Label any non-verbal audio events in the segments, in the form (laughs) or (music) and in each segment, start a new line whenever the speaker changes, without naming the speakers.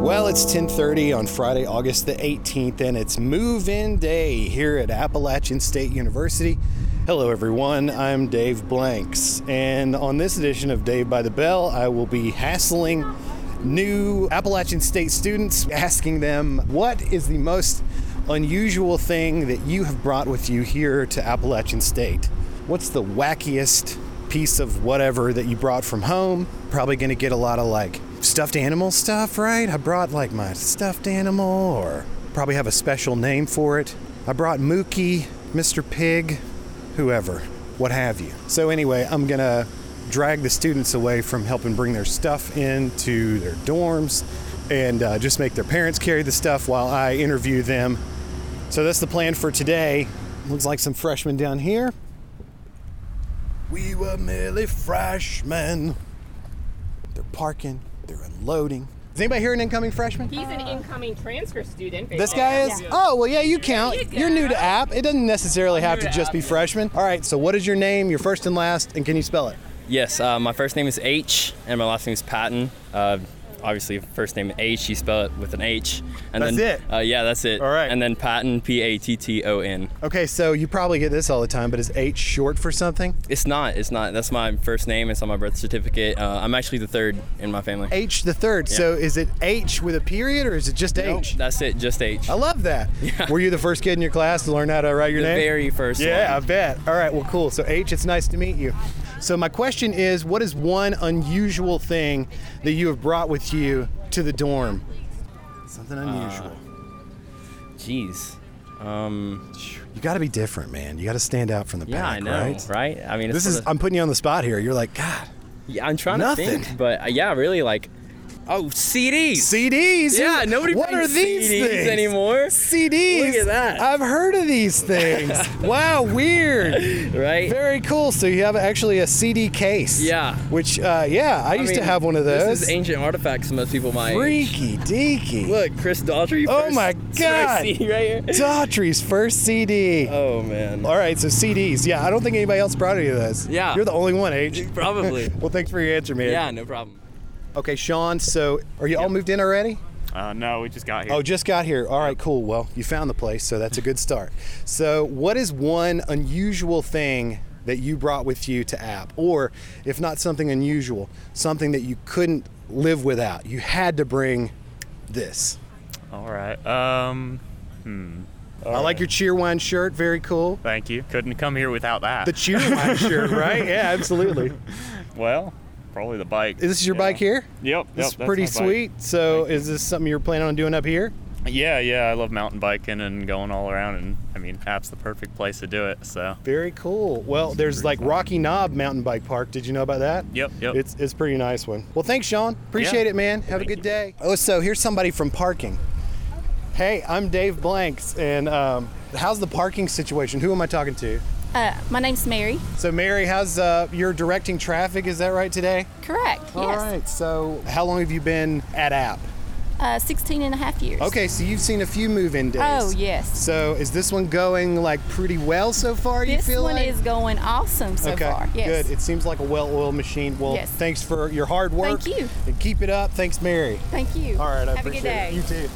Well, it's 10:30 on Friday, August the 18th, and it's move-in day here at Appalachian State University. Hello everyone, I'm Dave Blanks, and on this edition of Dave by the Bell, I will be hassling new Appalachian State students, asking them what is the most unusual thing that you have brought with you here to Appalachian State what's the wackiest piece of whatever that you brought from home? Probably gonna get a lot of like stuffed animal stuff, right? I brought like my stuffed animal, or probably have a special name for it. I brought Mookie, Mr. Pig, whoever, what have you. So, anyway, I'm gonna drag the students away from helping bring their stuff into their dorms and uh, just make their parents carry the stuff while I interview them. So, that's the plan for today. Looks like some freshmen down here. We were merely freshmen. They're parking, they're unloading. Is anybody here an incoming freshman?
He's an incoming transfer student.
This guy is? Oh, well, yeah, you count.
you go.
You're new to app. It doesn't necessarily have
new
to
to
just
app,
be
yeah.
freshman. All right, so what is your name, your first and last, and can you spell it?
Yes, uh, my first name is H, and my last name is Patton. Uh, obviously, first name H, you spell it with an H. And
That's
then,
it?
Uh, yeah, that's it.
All right.
And then Patton, P A T T O N.
Okay, so you probably get this all the time, but is H short for something?
It's not. It's not. That's my first name. It's on my birth certificate. Uh, I'm actually the third in my family.
H the third. So is it H with a period or is it just
Nope,
H?
That's it. Just H.
I love
(laughs)
that. Were you the first kid in your class to learn how to write your
the
name?
very first
Yeah, I
one.
bet. All right, well, cool. So, H, it's nice to meet you. So, my question is what is one unusual thing that you have brought with you to the dorm? Something unusual.
Jeez.
you got to be different, man. You got to stand out from the
Yeah,
pack,
I know. Right?
right?
I mean, it's
This is,
sort of-
I'm putting you on the spot here. You're like, God,
yeah, I'm trying
nothing.
to think, but uh, yeah, really like. Oh, CDs.
CDs?
Yeah, nobody
What are
brings
these
CDs
things?
anymore.
CDs.
Look at that.
I've heard of these
(laughs)
things. wow, weird.
Right.
Very cool. So you have actually a CD case.
Yeah.
Which, uh, yeah, I, used to
mean,
have one of those.
This is ancient artifacts to most people my age.
Freaky deaky.
Look, Chris Daughtry.
Oh
first- (laughs)
my
first
God.
CD right here.
Daughtry's first CD.
(laughs) Oh man.
Uh, All right, so CDs. Yeah, I don't think anybody else brought any of those.
Yeah.
You're the only one, H. (laughs)
Probably.
Well, thanks for your answer, man.
yeah, no problem.
Okay, Sean, so are you all moved in already?
Uh, no, we just got here.
Oh, just got here. All right, cool. Well, you found the place, so that's a good start. So, what is one unusual thing that you brought with you to App? Or, if not something unusual, something that you couldn't live without? You had to bring this.
All right. Um,
I like your Cheerwine shirt. Very cool.
thank you. Couldn't come here without that.
The Cheerwine shirt, right? Yeah, absolutely.
well, probably the bike.
Is this your
Yeah.
bike here?
Yep. yep,
This is
that's
pretty
my bike.
sweet. So, is this something you're planning on doing up here?
Yeah, yeah. I love mountain biking and going all around, and I mean, app's the perfect place to do it. So.
Very cool. Well, there's like Rocky Knob Mountain Bike Park. Did you know about that?
Yep, yep.
It's it's a pretty nice one. Well, thanks, Sean. Appreciate
Yeah.
it, man. Have
Thank
a good
you.
day. Oh, so here's somebody from parking. Hey, I'm Dave Blanks, and um, how's the parking situation? Who am I talking to?
Uh, my name's Mary.
So, Mary, how's uh, you're directing traffic? Is that right today?
Correct. Yes.
All right. So, how long have you been at App?
Uh, 16 and a half years.
Okay, so you've seen a few move-in days.
Oh, yes.
So, is this one going like pretty well so far? you
This
feel
one
like?
is going awesome so
okay,
far. Yes.
good. It seems like a well-oiled machine. Well,
Yes.
thanks for your hard work.
Thank you.
And keep it up. Thanks, Mary.
Thank you.
All right, I
Have a good
appreciate
day.
it. You too.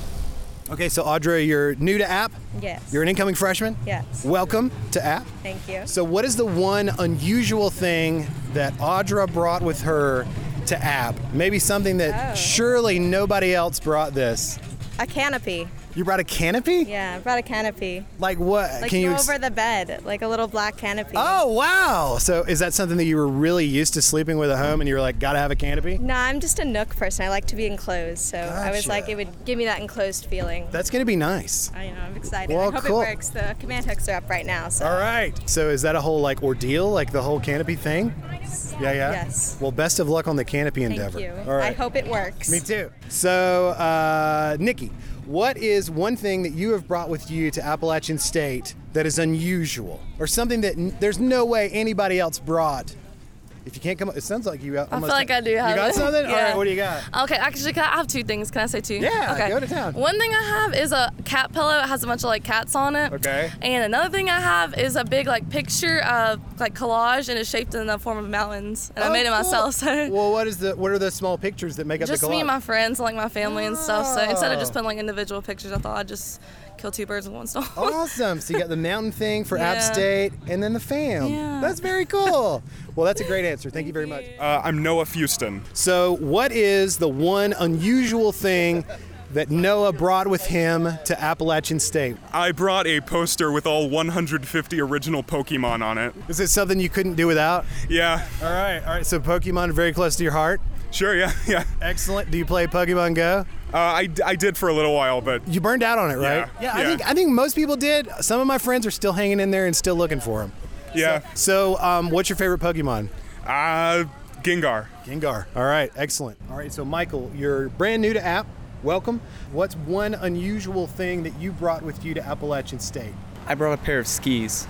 Okay, so Audra, you're new to App.
Yes.
You're an incoming freshman.
Yes.
Welcome to App.
Thank you.
So, what is the one unusual thing that Audra brought with her to App? Maybe something that
Oh.
surely nobody else brought this.
A canopy.
You brought a canopy?
Yeah, I brought a canopy.
Like what?
Like
Can
go
you? ex-
over the bed, like a little black canopy.
oh wow! So is that something that you were really used to sleeping with at home, and you were like, gotta have a canopy?
No, I'm just a nook person. I like to be enclosed, so I was like,
Gotcha.
it would give me that enclosed feeling.
That's gonna be nice.
I know, I'm excited.
Well,
I hope
cool.
it works. The command hooks are up right now, so.
All right. So is that a whole like ordeal, like the whole canopy thing? Yeah, yeah.
Yes.
Well, best of luck on the canopy
Thank
endeavor.
you.
All right.
I hope it works.
Me too. So, uh, Nikki, what is one thing that you have brought with you to Appalachian State that is unusual, or something that n- there's no way anybody else brought If you can't come up, it sounds like you got.
I feel
almost-
like I do have
You got
it.
something? All
(laughs) Yeah.
right, what do you got?
Okay, actually, can I I have two things. Can I say two?
Yeah,
okay.
go to town.
One thing I have is a cat pillow. It has a bunch of like cats on it.
Okay.
And another thing I have is a big like picture of like collage, and it's shaped in the form of mountains, and I
Oh,
made it
cool.
myself. (laughs) So.
Well, what is the? What are the small pictures that make up
just
the collage?
me and my friends, and, like my family and stuff. So instead of
Oh.
just putting like individual pictures, I thought I'd just kill two birds with one stone.
Oh. Awesome. So you got the mountain thing for App
(laughs) Yeah.
State and then the fam.
Yeah.
That's very cool. well, that's a great answer. Thank you very much.
Uh, I'm Noah Fuston.
So, what is the one unusual thing that Noah brought with him to Appalachian State?
I brought a poster with all 150 original Pokemon on it.
Is it something you couldn't do without?
Yeah,
All right. All right. So, Pokemon are very close to your heart.
sure, yeah, yeah.
Excellent. Do you play Pokemon Go?
Uh, I, I did for a little while, but
You burned out on it, right?
Yeah.
I
Yeah.
think I think most people did. Some of my friends are still hanging in there and still looking for them.
yeah.
So, um, what's your favorite Pokemon?
Uh, Gengar.
Gengar. All right, excellent. All right, so Michael, you're brand new to App. Welcome. What's one unusual thing that you brought with you to Appalachian State?
I brought a pair of skis.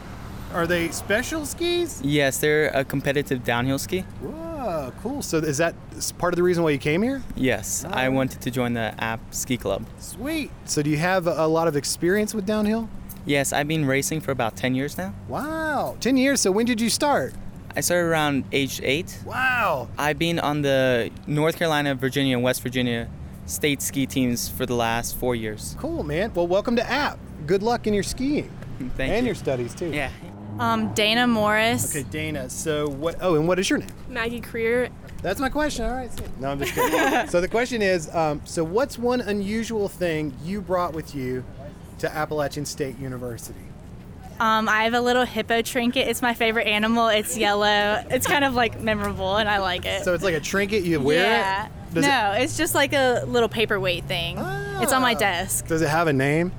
Are they special skis?
Yes, they're a competitive downhill ski.
Whoa, cool. So is that s- part of the reason why you came here?
Yes, I wanted to join the app ski club.
Sweet. So do you have a a lot of experience with downhill?
Yes, I've been racing for about 10 years now.
Wow, 10 years. So when did you start?
I started around age 8.
Wow.
I've been on the North Carolina, Virginia, and West Virginia state ski teams for the last 4 years.
Cool, man. Well, welcome to App. Good luck in your skiing
Thank
and
you.
your studies too.
Yeah.
Um, Dana Morris.
Okay, Dana. So what? Oh, and what is your name?
Maggie Creer.
That's my question. All right. see. No, I'm just (laughs) kidding. so the question is, um, so what's one unusual thing you brought with you to Appalachian State University?
Um, I have a little hippo trinket. It's my favorite animal. It's yellow. It's kind of like memorable, and I like it.
So it's like a trinket you wear.
yeah.
It? Does
no, it's just like a little paperweight thing. It's on my
Ah.
desk.
It, does it have a name?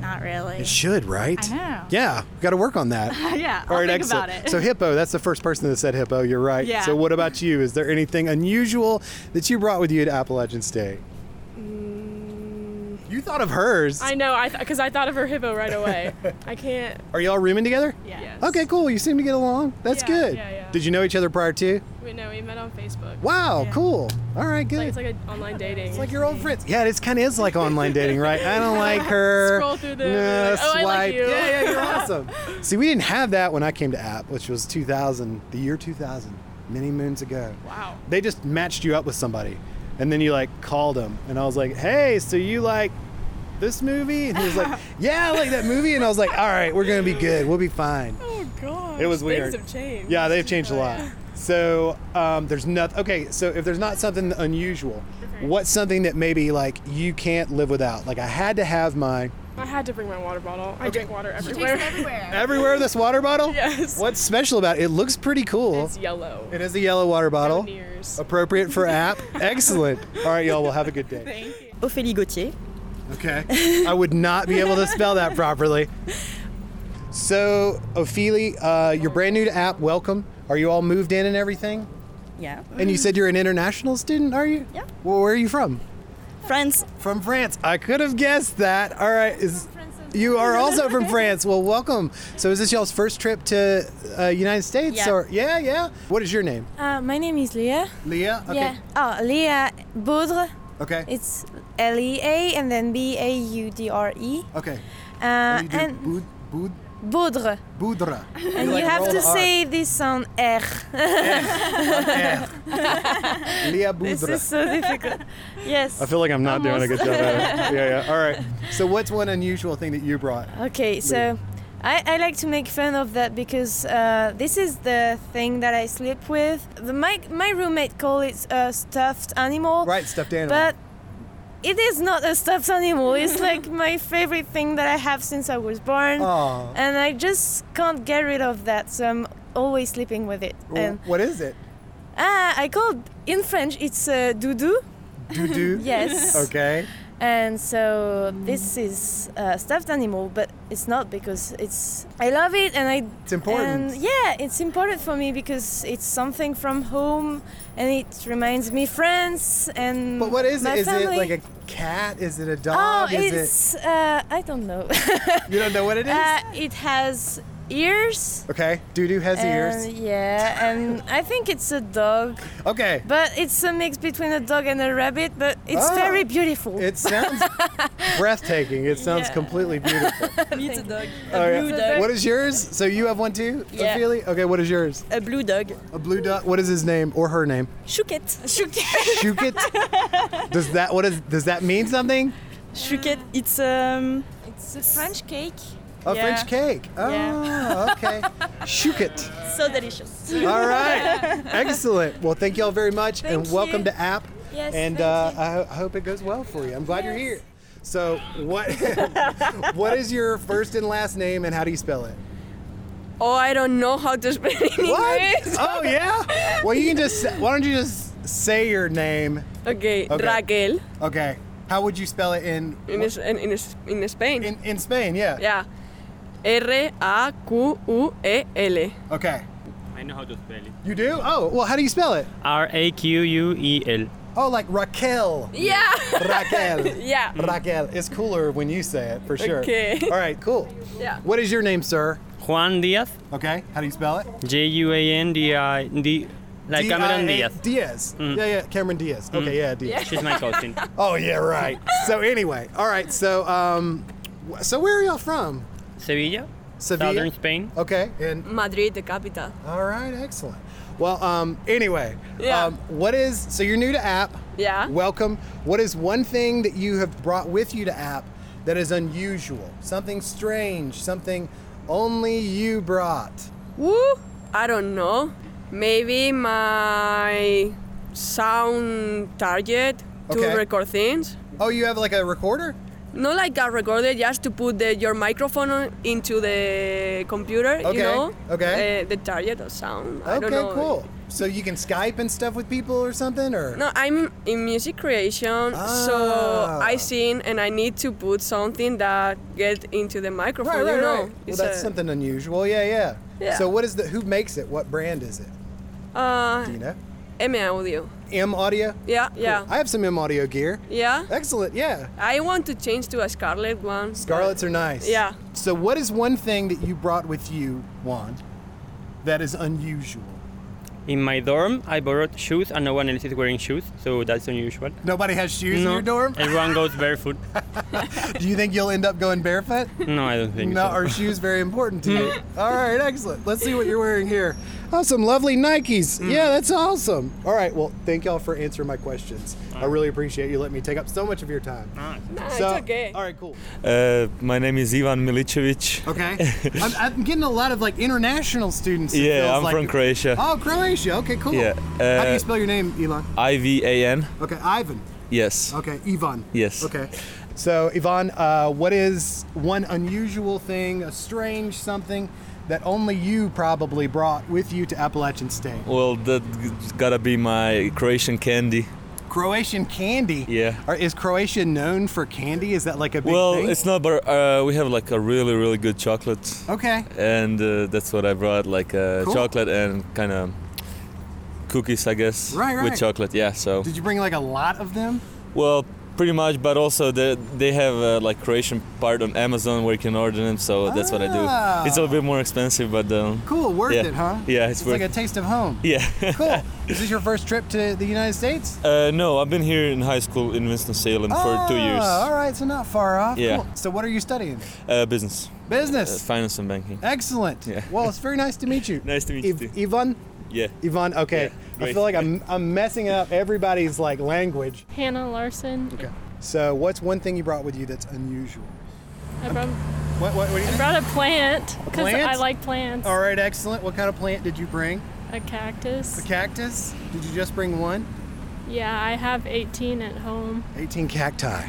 Not really.
It should, right?
I know.
Yeah, got to work on that.
(laughs) yeah. (laughs) I'll
All right,
think
excellent.
about it.
So hippo, that's the first person that said hippo. You're right.
Yeah.
So what about you? Is there anything unusual that you brought with you to Appalachian State? You thought of hers.
Mm. I know, I because I thought of her
(laughs)
hippo right away. I can't.
Are y'all rooming together?
Yeah.
Okay, cool. You seem to get along. That's
Yeah,
good.
yeah, yeah.
Did you know each other prior to?
We know we met on Facebook.
Wow, cool. All right, good.
like an online dating.
It's like your old friends. Yeah, it kind of is like
(laughs)
online dating, right? I don't like her.
Scroll through the-
Nah,
like, oh, I like
swipe.
you.
Yeah, yeah, you're
(laughs)
awesome. See, we didn't have that when I came to App, which was 2000, the year 2000, many moons ago.
Wow.
They just matched you up with somebody, and then you like called them, and I was like, "Hey, so you like this movie?" And he was
(laughs)
like, "Yeah, I like that movie," and I was like, "All right, we're gonna be good. We'll be fine."
Oh gosh.
It was weird.
changed.
Yeah, they've changed a lot. So um, there's nothing. Okay, so if there's not something unusual, what's something that maybe like you can't live without? Like I had to have my
I had to bring my water bottle. I drink water everywhere.
Everywhere.
everywhere this water bottle.
Yes.
What's special about it? It looks pretty cool.
(laughs) It's yellow.
It is a yellow water bottle.
Ears.
Appropriate for app. Excellent. All right, y'all. Well, have a good day.
Thank you.
Ophélie Gauthier.
Okay. I would not be able to spell that properly. So, Ophelia, uh, you're brand new to app. Welcome. Are you all moved in and everything?
Yeah.
And you said you're an international student, are you?
Yeah.
Well, where are you from?
France.
From France. I could have guessed that. All right. Is, you are also from France. Well, welcome. So, is this y'all's first trip to uh, United States?
Yeah.
Or yeah, yeah. What is your name?
Uh, my name is Leah.
Leah. Okay.
Oh, Leah Baudre.
Okay.
It's L E A and then B A U D R E.
okay.
Uh, and
Bud, bud,
Baudre. (laughs)
budra.
And you
like
have
roll
to
the R.
say this on R.
Yeah. Leah Budra.
(laughs) This is so difficult. Yes.
I feel like I'm not doing a good job at it. Yeah, yeah. All right. So, what's one unusual thing that you brought?
Okay, so I, I like to make fun of that because uh, this is the thing that I sleep with. The, my, my roommate called it a stuffed animal.
Right, stuffed animal.
But it is not a stuffed animal. It's like my favorite thing that I have since I was born.
Aw.
And I just can't get rid of that, so I'm always sleeping with it. And
what is it?
ah, I called in French it's uh, doudou.
Doo doo.
(laughs) Yes.
(laughs) Okay.
And so this is a stuffed animal, but it's not because it's. I love it and I.
It's important.
And yeah, it's important for me because it's something from home and it reminds me friends and.
But what is
my
it? Is
family.
it like a cat? Is it a
Oh,
dog? is (laughs)
it's. Uh, I don't know. (laughs)
it? You don't know what it is?
uh, it has ears.
Okay, doo doo has
and,
ears.
Yeah, and I think it's a dog.
Okay.
But it's a mix between a dog and a rabbit, but it's
Oh.
very beautiful. (laughs)
It sounds breathtaking. It sounds completely
(laughs)
beautiful.
Needs a dog.
All right.
blue dog.
Oh, What is yours? So you have one too,
Yeah.
Ophelia? Okay, what is yours?
A blue dog.
A blue dot. What is his name or her name?
Chouquette. Chouquette. (laughs)
Shuket. does that what is does that mean something?
Chouquette, it's um.
It's a French cake.
A French cake. Oh,
Yeah.
okay. Shuket.
(laughs) So delicious.
All
(laughs)
right. Excellent. Well, thank you all very much and
Thank
welcome
you.
to App.
Yes,
and
thank
uh, I, ho- I hope it goes well for you. I'm glad you're here. So, what
(laughs)
(laughs) what is your first and last name and how do you spell it?
Oh, I don't know how to spell it in English.
(laughs)
Oh yeah. Well, you can just say- why don't you just say your name?
Okay,
Okay.
Raquel.
Okay. How would you spell it in
In, is- in, in, is- in Spain.
In, in Spain, yeah.
Yeah. R A Q U E L.
Okay.
I know how to spell it.
You do? Oh, well, how do you spell it?
R A Q U E L.
Oh, like Raquel.
(laughs) Yeah.
Raquel.
(laughs) Yeah.
Raquel. It's cooler when you say it, for sure.
Okay.
All right, cool.
Yeah.
What is your name, sir?
Juan Diaz.
Okay. How do you spell it?
J U A N D I D. Like Eh, Cameron
D I A-
Diaz. Mm.
Diaz. Yeah, yeah, Cameron Diaz. Okay,
Mhm.
yeah, Diaz.
She's my cousin. (laughs)
Oh, yeah,
(laughs)
right. So anyway, all right. So um wh- so where are y'all from?
Sevilla.
Sevilla?
Southern Spain.
Okay. And
Madrid, the capital.
all right, excellent. Well, um anyway,
Yeah.
um what is so you're new to app?
Yeah.
Welcome. What is one thing that you have brought with you to app that is unusual? Something strange, something only you brought.
Woo! I don't know. Maybe my sound target
Okay.
to record things.
Oh, you have like a recorder?
Not like a recorder, just to put the, your microphone on- into the computer,
Okay,
you know?
okay.
Uh, the target of sound. I
Okay,
don't know.
cool. So you can Skype and stuff with people or something or
No, I'm in music creation,
Ah.
so I sing and I need to put something that get into the microphone.
Right, right,
you know,
right. Well, that's
a-
something unusual. Yeah, yeah,
Yeah.
So what is the who makes it? What brand is it?
uh,
Do you know?
M audio.
M Audio?
Yeah, yeah,
I have some M Audio gear.
yeah.
Excellent. Yeah.
I want to change to a scarlet one.
Scarlets are nice.
Yeah.
So what is one thing that you brought with you, Juan, that is unusual?
(laughs) In my dorm, I borrowed shoes and no one else is wearing shoes, so that's unusual.
Nobody has shoes in
No,
your dorm?
Everyone goes barefoot.
Do you think you'll end up going barefoot?
No, I don't think
No,
so.
are shoes very important to you? All right, excellent. Let's see what you're wearing here. Oh, some lovely Nikes. Yeah, that's awesome. All right, well, thank y'all for answering my questions. I really appreciate you letting me take up so much of your time.
No,
So-
it's okay.
All right, cool.
Uh, my name is Ivan Milicevic.
Okay. (laughs) I'm, I'm getting a lot of like international students. it feels
Yeah, I'm
like.
from Croatia.
Oh, Croatia. Okay, cool.
Yeah,
How do you
uh,
spell your name, Elon?
I V A N.
Okay, Ivan.
Yes.
Okay, Ivan.
Yes.
Okay. So, Ivan, uh, what is one unusual thing, a strange something that only you probably brought with you to Appalachian State?
Well, that's gotta be my Croatian candy.
Croatian candy.
Yeah.
Or is Croatia known for candy? Is that like a big
Well,
thing?
it's not, but uh, we have like a really, really good chocolate.
Okay.
And uh, that's what I brought, like uh,
Cool.
chocolate and kind of cookies, I guess.
Right, right.
With chocolate, yeah. So.
Did you bring like a lot of them?
Well, pretty much, but also the, they have uh, like Croatian part on Amazon where you can order them, so that's what I
Ah.
do. It's a little bit more expensive, but um,
Cool, worth
yeah.
it, huh?
Yeah, it's,
It's
worth.
like a taste of home.
yeah. (laughs)
Cool. Is this your first trip to the United States?
uh, no, I've been here in high school in Winston Salem for two years.
Ah, all right, so not far off.
Yeah.
Cool. So what are you studying?
Uh, business.
Business.
Uh, finance and banking.
Excellent.
Yeah.
Well, it's very nice to meet
(laughs)
you. nice to meet you. Ivan?
Yeah.
Ivan, okay. I
great.
feel like I'm, I'm messing up everybody's like language.
Hannah Larson. Okay.
So what's one thing you brought with you that's unusual?
I brought,
What, what, what do you
I brought a plant because
plant?
I like plants.
All right, excellent. What kind of plant did you bring?
A cactus.
A cactus? Did you just bring one?
Yeah, I have 18 at home.
18 cacti.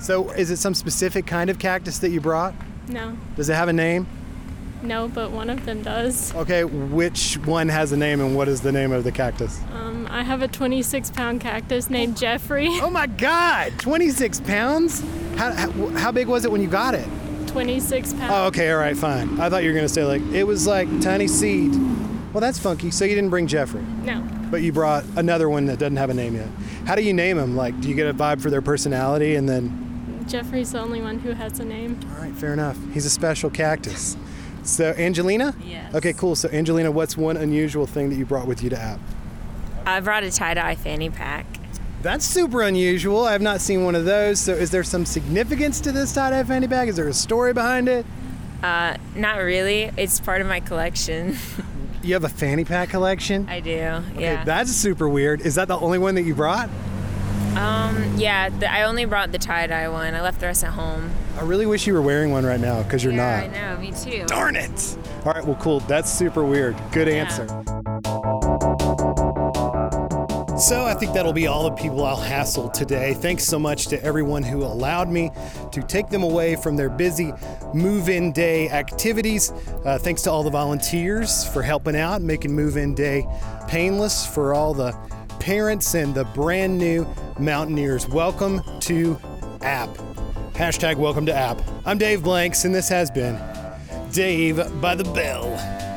So is it some specific kind of cactus that you brought?
No,
Does it have a name?
no, but one of them does.
Okay, which one has a name and what is the name of the cactus?
Um, I have a 26 pound cactus named Jeffrey.
Oh my God, 26 pounds? How, how, how big was it when you got it?
26 pounds.
Oh, okay, all right, fine. I thought you were gonna say like it was like tiny seed. Well, that's funky. So you didn't bring Jeffrey,
No.
but you brought another one that doesn't have a name yet. How do you name them? Like, do you get a vibe for their personality? And then,
Jeffrey's the only one who has a name.
all right, fair enough. He's a special cactus. So Angelina?
Yes.
Okay, cool. So Angelina, what's one unusual thing that you brought with you to app?
I brought a tie dye fanny pack.
That's super unusual. I have not seen one of those. So is there some significance to this tie-dye fanny bag? Is there a story behind it?
Uh, not really. It's part of my collection.
You have a fanny pack collection?
I do. yeah.
Okay, that's super weird. Is that the only one that you brought?
um. Yeah. The, I only brought the tie dye one. I left the rest at home.
I really wish you were wearing one right now because you're
yeah,
not.
I know. Me too.
Darn it! All right, well, cool. That's super weird. Good answer. So I think that'll be all the people I'll hassle today. Thanks so much to everyone who allowed me to take them away from their busy move in day activities. Uh, thanks to all the volunteers for helping out, making move in day painless for all the parents and the brand new Mountaineers. Welcome to App. Hashtag welcome to App. I'm Dave Blanks, and this has been Dave by the Bell.